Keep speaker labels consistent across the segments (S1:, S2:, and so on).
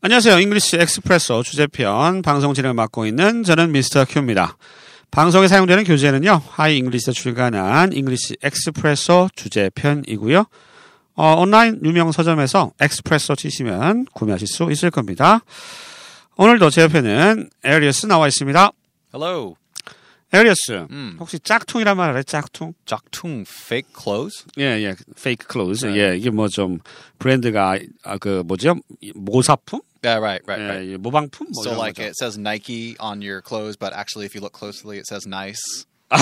S1: 안녕하세요. 잉글리시 엑스프레소 주제편 방송 진행을 맡고 있는 저는 미스터 큐입니다. 방송에 사용되는 교재는요. 하이 잉글리시에 출간한 잉글리시 엑스프레소 주제편이고요. 어, 온라인 유명 서점에서 엑스프레소 치시면 구매하실 수 있을 겁니다. 오늘도 제 옆에는 에리어스 나와 있습니다.
S2: Hello.
S1: 에리어스.
S2: Mm.
S1: 혹시 짝퉁이란 말 알아요? 짝퉁?
S2: Jaktung fake clothes?
S1: 예, 예. 페이크 클로즈. 예, 이게 뭐 좀 브랜드가 아, 그 뭐죠? 모사품?
S2: Yeah, right, right,
S1: 예,
S2: right.
S1: 예, 모방품? 뭐
S2: So
S1: 이런
S2: like
S1: 거죠.
S2: it says Nike on your clothes, but actually if you look closely it says nice.
S1: 아,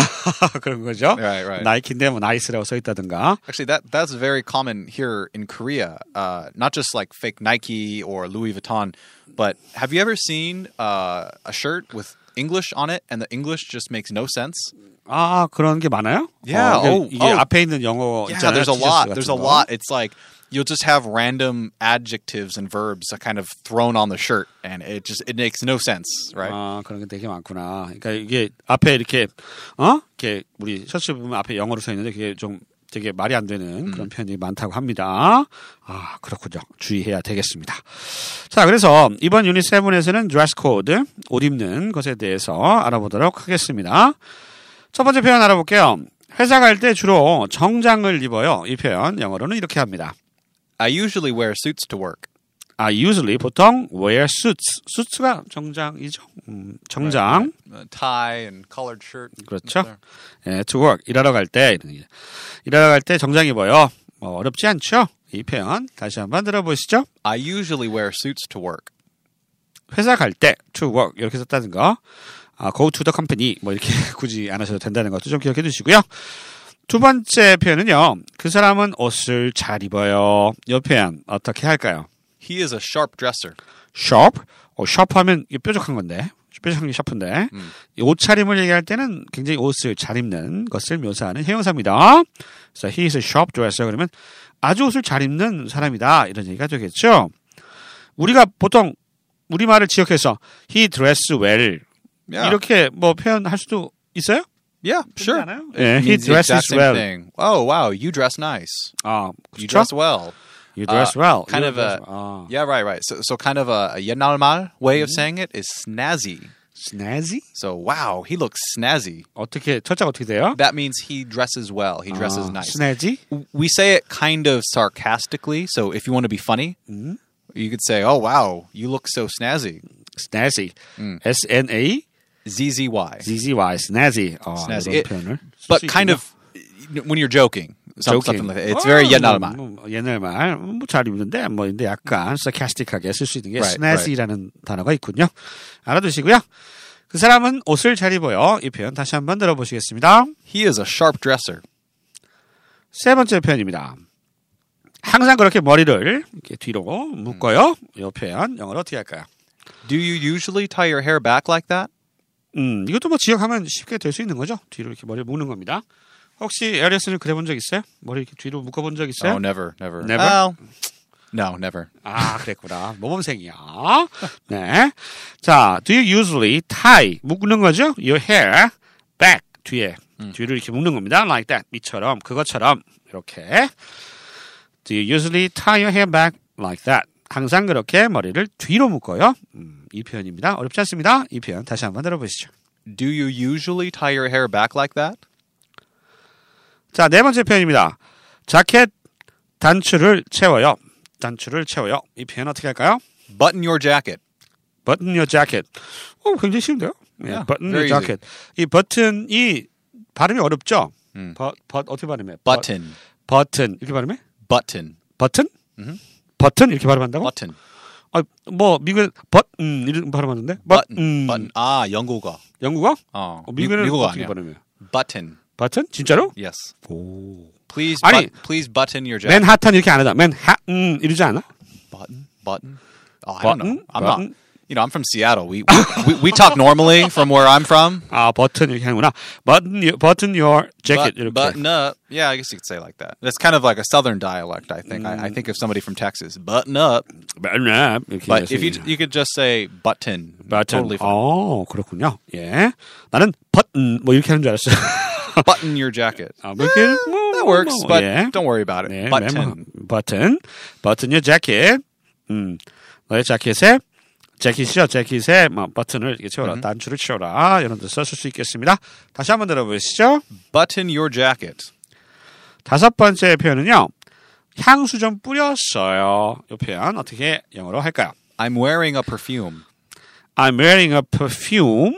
S1: 그런 거죠.
S2: Right, right.
S1: 나이키인데 뭐 나이스라고 써 있다든가.
S2: Actually that that's very common here in Korea. Uh, not just like fake Nike or Louis Vuitton, but have you ever seen uh, a shirt with English on it and the English just makes no sense?
S1: 아 그런 게 많아요?
S2: Yeah.
S1: 어, 이게,
S2: Oh,
S1: 이게
S2: oh.
S1: 앞에 있는 영어
S2: Yeah,
S1: 있잖아요.
S2: there's a
S1: 티셔츠
S2: lot.
S1: 같은
S2: There's a
S1: 거.
S2: lot. It's like you'll just have random adjectives and verbs kind of thrown on the shirt and it just it makes no sense, right?
S1: 아 그런 게 되게 많구나. 그러니까 이게 앞에 이렇게 어 이렇게 우리 셔츠 보면 앞에 영어로 써 있는데 그게 좀 되게 말이 안 되는 그런 표현이 많다고 합니다. 아 그렇군요. 주의해야 되겠습니다. 자 그래서 이번 유닛 7에서는 드레스 코드 옷 입는 것에 대해서 알아보도록 하겠습니다. 첫 번째 표현 알아볼게요. 회사 갈 때 주로 정장을 입어요. 이 표현 영어로는 이렇게 합니다.
S2: I usually wear suits to work.
S1: 아, usually 보통 wear suits. suits가 정장이죠. 음, 정장.
S2: Uh, tie and collared shirt.
S1: 그렇죠. 예, to work. 일하러 갈 때. 이런 얘기. 일하러 갈 때 정장 입어요. 뭐 어렵지 않죠? 이 표현 다시 한번 들어보시죠.
S2: I usually wear suits to work.
S1: 회사 갈 때 to work 이렇게 썼다는 거. 아, go to the company 뭐 이렇게 굳이 안 하셔도 된다는 것도 좀 기억해 두시고요. 두 번째 표현은요. 그 사람은 옷을 잘 입어요. 이 표현 어떻게 할까요?
S2: He is a sharp dresser.
S1: 샵. 어, 샵 하면 이게 뾰족한 건데. 뾰족한 게 샤프인데.
S2: 음.
S1: 이 옷차림을 얘기할 때는 굉장히 옷을 잘 입는 것을 묘사하는 형용사입니다. 그래서 he is a sharp dresser 그러면 아주 옷을 잘 입는 사람이다. 이런 얘기가 되겠죠. 우리가 보통 우리말을 지역해서 he dress well
S2: Yeah.
S1: 이렇게 뭐 표현할 수도 있어요?
S2: yeah, sure.
S1: 않아요? 예, he
S2: Means the exact
S1: dresses
S2: same
S1: well.
S2: Thing. Oh, wow, you dress nice.
S1: 아,
S2: You
S1: 그렇죠?
S2: dress well.
S1: You dress well.
S2: kind
S1: You
S2: of
S1: dress
S2: a-
S1: well. 아,
S2: Yeah, right, right. So, so kind of a, a normal
S1: Mm-hmm.
S2: way of saying it is snazzy.
S1: snazzy?
S2: So, wow, he looks snazzy.
S1: 어떻게 첫자가 어떻게 돼요?
S2: That means he dresses well. He dresses
S1: 아,
S2: nice.
S1: snazzy?
S2: we say it kind of sarcastically. So, if you want to be funny,
S1: Mm-hmm.
S2: you could say, "Oh, wow, you look so snazzy."
S1: snazzy. S N A
S2: Z Z Y.
S1: Z Z Y snazzy. 어,
S2: Snazzy.
S1: 이런
S2: It-
S1: 표현을.
S2: but
S1: 쓸수
S2: kind
S1: 있군요.
S2: of when you're joking, some-
S1: Joking. Oh.
S2: something like that.
S1: 어,
S2: It's very
S1: 뭐,
S2: 옛날 말.
S1: 뭐, 옛날 말. 뭐잘 입는데 뭐 근데 약간 sarcastic하게 쓸 수 있는 게
S2: Right,
S1: snazzy라는 단어가 있군요. 알아두시고요. 그 사람은 옷을 잘 입어요. 이 표현 다시 한번 들어보시겠습니다.
S2: He is a sharp dresser.
S1: 세 번째 표현입니다. 항상 그렇게 머리를 이렇게 뒤로 묶어요. 이 표현 영어로 어떻게 할까요?
S2: Do you usually tie your hair back like that?
S1: 음, 이것도 뭐 지역하면 쉽게 될 수 있는 거죠. 뒤로 이렇게 머리를 묶는 겁니다. 혹시 에어리어스는 그래본 적 있어요? 머리 이렇게 뒤로 묶어본 적 있어요?
S2: Oh, never, never,
S1: Never?
S2: Well, no, never.
S1: 아, 그랬구나. 모범생이야. 네. 자, do you usually tie 묶는 거죠? Your hair back 뒤에 뒤를 이렇게 묶는 겁니다. Like that 이처럼 그것처럼 이렇게. Do you usually tie your hair back like that? 항상 그렇게 머리를 뒤로 묶어요. 음, 이 표현입니다. 어렵지 않습니다. 이 표현 다시 한번 들어보시죠.
S2: Do you usually tie your hair back like that?
S1: 자, 네 번째 표현입니다. 자켓 단추를 채워요. 단추를 채워요. 이 표현 어떻게 할까요?
S2: Button your jacket.
S1: button your jacket. 어, 굉장히 쉬운데요? 예,
S2: Yeah,
S1: button your
S2: very
S1: jacket. 이 버튼이 발음이 어렵죠? 버, 버, 어떻게 발음해? 버-
S2: Button,
S1: 버튼. 이렇게 발음해?
S2: button,
S1: 버튼?
S2: 음.
S1: 버튼 이렇게 발음한다고?
S2: button,
S1: 아, 뭐 미국에 버튼 이렇게 발음하는데?
S2: button, button. Ah, 영국어.
S1: 영국어?
S2: 어,
S1: 어, 미국에는
S2: 미- 미국어
S1: 어떻게
S2: 아니야.
S1: 발음해?
S2: Button.
S1: 버튼? 진짜로?
S2: Yes.
S1: 오.
S2: Please,
S1: 아니-
S2: but, please button your jacket.
S1: 맨하탄 이렇게 안 하다. 맨하튼 이러지 않아?
S2: button button oh, i don't know
S1: Button?
S2: i'm
S1: Button?
S2: not you know i'm from seattle we we, we, we talk normally from where i'm from
S1: 아, 버튼 이렇게 하는구나. button your, button your jacket
S2: but,
S1: 이렇게.
S2: button up yeah i guess you could say like that that's kind of like a southern dialect i think I, I think of somebody from texas button up
S1: button up 이렇게
S2: but
S1: 해서
S2: if you
S1: 이제.
S2: you could just say button
S1: 버튼.
S2: totally fine.
S1: 어, 그렇군요. 예. 나는 버튼 뭐 이렇게 하는 줄 알았어요. Oh.
S2: button your jacket
S1: 아, 뭐 이렇게 뭐,
S2: 음, that works
S1: 뭐,
S2: but
S1: 예.
S2: don't worry about it
S1: 네,
S2: button
S1: 메모. 버튼. 버튼 your jacket. 음. 너의 자켓에 재킷이요 재킷에 뭐 버튼을 이렇게
S2: 음.
S1: 채워라 단추를 채워라 이런 데서 쓸 수 있겠습니다. 다시 한번 들어보시죠.
S2: Button your jacket.
S1: 다섯 번째 표현은요. 향수 좀 뿌렸어요. 이 표현 어떻게 영어로 할까요?
S2: I'm wearing a perfume.
S1: I'm wearing a perfume.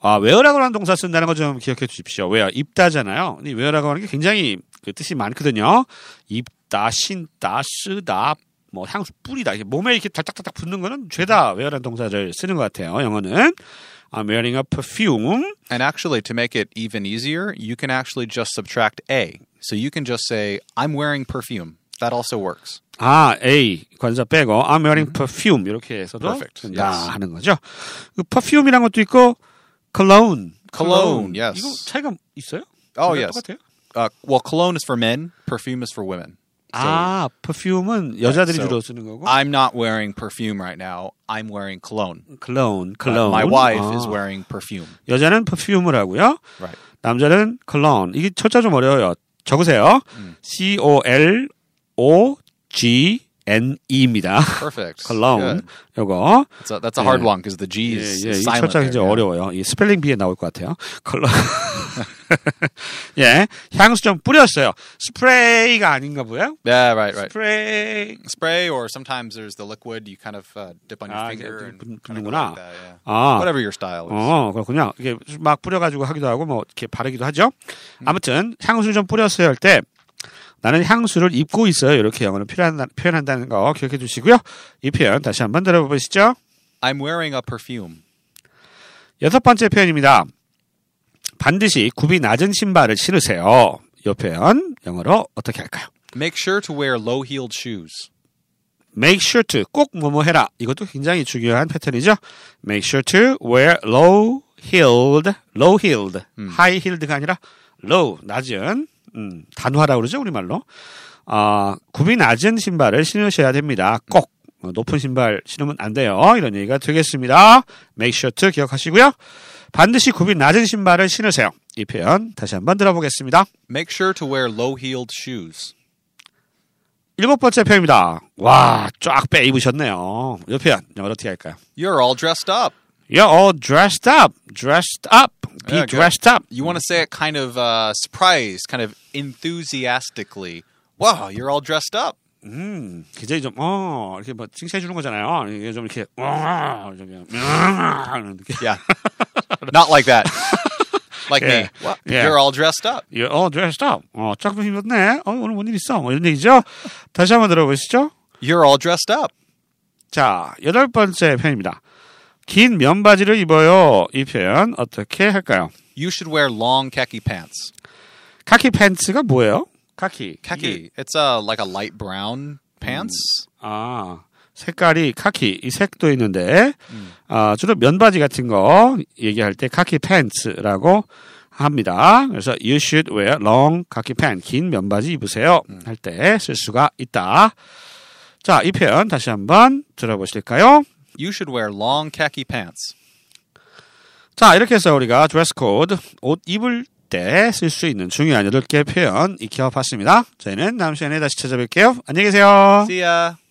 S1: 아, wear라고 하는 동사 쓴다는 거 좀 기억해 주십시오. wear, 입다잖아요. 이 wear라고 하는 게 굉장히 그 뜻이 많거든요. 입다, 신다, 쓰다, 뭐 향수 뿌리다. 이게 몸에 이렇게 달짝달짝 붙는 거는 죄다 wear라는 동사를 쓰는 것 같아요. 영어는. I'm wearing a perfume.
S2: And actually, to make it even easier, you can actually just subtract a. So you can just say, I'm wearing perfume. That also works.
S1: 아, A 관사 빼고 I'm wearing perfume 이렇게 해서도
S2: 음. Perfect.
S1: 된다
S2: Yes.
S1: 하는 거죠. 그 perfume이란 것도 있고 cologne.
S2: Cologne, yes.
S1: 이거 차이가 있어요?
S2: Oh,
S1: 둘다
S2: yes.
S1: 똑같아요?
S2: Uh, well, cologne is for men, perfume is for women. So
S1: 아, perfume은 여자들이
S2: so- 아,
S1: 주로 쓰는 거고.
S2: I'm not wearing perfume right now. I'm wearing cologne.
S1: cologne,
S2: Uh,
S1: cologne. Ah.
S2: my wife
S1: 아.
S2: is wearing perfume.
S1: 여자는 perfume을 하고요.
S2: Right.
S1: 남자는 cologne. 이게 철자 좀 어려워요. 적으세요.
S2: 음.
S1: C O L O G N E입니다.
S2: Perfect.
S1: cologne.
S2: Good.
S1: 요거.
S2: That's a, that's a hard
S1: Yeah.
S2: one because the G is,
S1: 예, 예.
S2: is
S1: 이 철자
S2: silent. there,
S1: 굉장히
S2: yeah.
S1: 어려워요. 이 스펠링 비에 나올 것 같아요. 컬러. 예, 향수 좀 뿌렸어요. 스프레이가 아닌가 보요.
S2: Yeah, right, right.
S1: 스프레이.
S2: Spray or sometimes there's the liquid you kind of uh, dip on your
S1: Ah,
S2: finger
S1: yeah,
S2: and
S1: put-
S2: kind of go
S1: put는구나. Ah.
S2: like that, yeah.
S1: 아,
S2: Whatever your style is.
S1: 어, 그렇군요. 이게 막 뿌려가지고 하기도 하고 뭐 이렇게 바르기도 하죠. 아무튼 향수 좀 뿌렸어요 할 때 나는 향수를 입고 있어요. 이렇게 영어로 표현한, 표현한다는 거 기억해 주시고요. 이 표현 다시 한번 들어보시죠.
S2: I'm wearing a perfume.
S1: 여섯 번째 표현입니다. 반드시 굽이 낮은 신발을 신으세요. 이 표현 영어로 어떻게 할까요?
S2: Make sure to wear low-heeled shoes.
S1: Make sure to 꼭 뭐뭐 해라. 이것도 굉장히 중요한 패턴이죠. Make sure to wear low heeled, low heeled, high heeled가 아니라 low 낮은 음, 단화라고 그러죠 우리말로. 아 굽이 낮은 신발을 신으셔야 됩니다. 꼭 어, 높은 신발 신으면 안 돼요. 이런 얘기가 되겠습니다. Make sure to 기억하시고요. 반드시 굽이 낮은 신발을 신으세요. 이 표현 다시 한번 들어보겠습니다.
S2: Make sure to wear low-heeled shoes.
S1: 일곱 번째 표현입니다. 와, 쫙 빼 입으셨네요. 이 표현 영어로 어떻게 할까요?
S2: You're all dressed up.
S1: You're all dressed up, dressed up, be
S2: Yeah, good.
S1: dressed up.
S2: You want to say it kind of uh, surprised, kind of enthusiastically. Wow, you're all dressed up.
S1: 음, 굉장히 좀, 어, 이렇게 뭐 칭찬해 주는 거잖아요. 이게 좀 이렇게, 어, 좀 그냥, 음, 하는 느낌.
S2: Yeah. Not like that. Like
S1: Yeah.
S2: me. What?
S1: Yeah.
S2: You're all dressed up.
S1: You're all dressed up. 어, 쫙 빼면 힘들네. 어, 오늘 뭔 일 있어? 뭐 이런 얘기죠. 다시 한번 들어보시죠.
S2: You're all dressed up.
S1: 자, 여덟 번째 표현입니다. 긴 면바지를 입어요. 이 표현 어떻게 할까요?
S2: You should wear long khaki pants.
S1: 카키 팬츠가 뭐예요? 카키. 이게-
S2: Khaki. It's uh, like a light brown pants.
S1: 아, 색깔이 카키, 이 색도 있는데, 아, 주로 면바지 같은 거 얘기할 때 카키 팬츠라고 합니다. 그래서 you should wear long 카키 팬, 긴 면바지 입으세요. 할 때 쓸 수가 있다. 자, 이 표현 다시 한번 들어보실까요?
S2: You should wear long khaki pants.
S1: 자, 이렇게 해서 우리가 드레스 코드, 옷 입을 때 쓸 수 있는 중요한 8개 표현 익혀봤습니다. 저희는 다음 시간에 다시 찾아뵐게요. 안녕히 계세요.
S2: See uh, ya.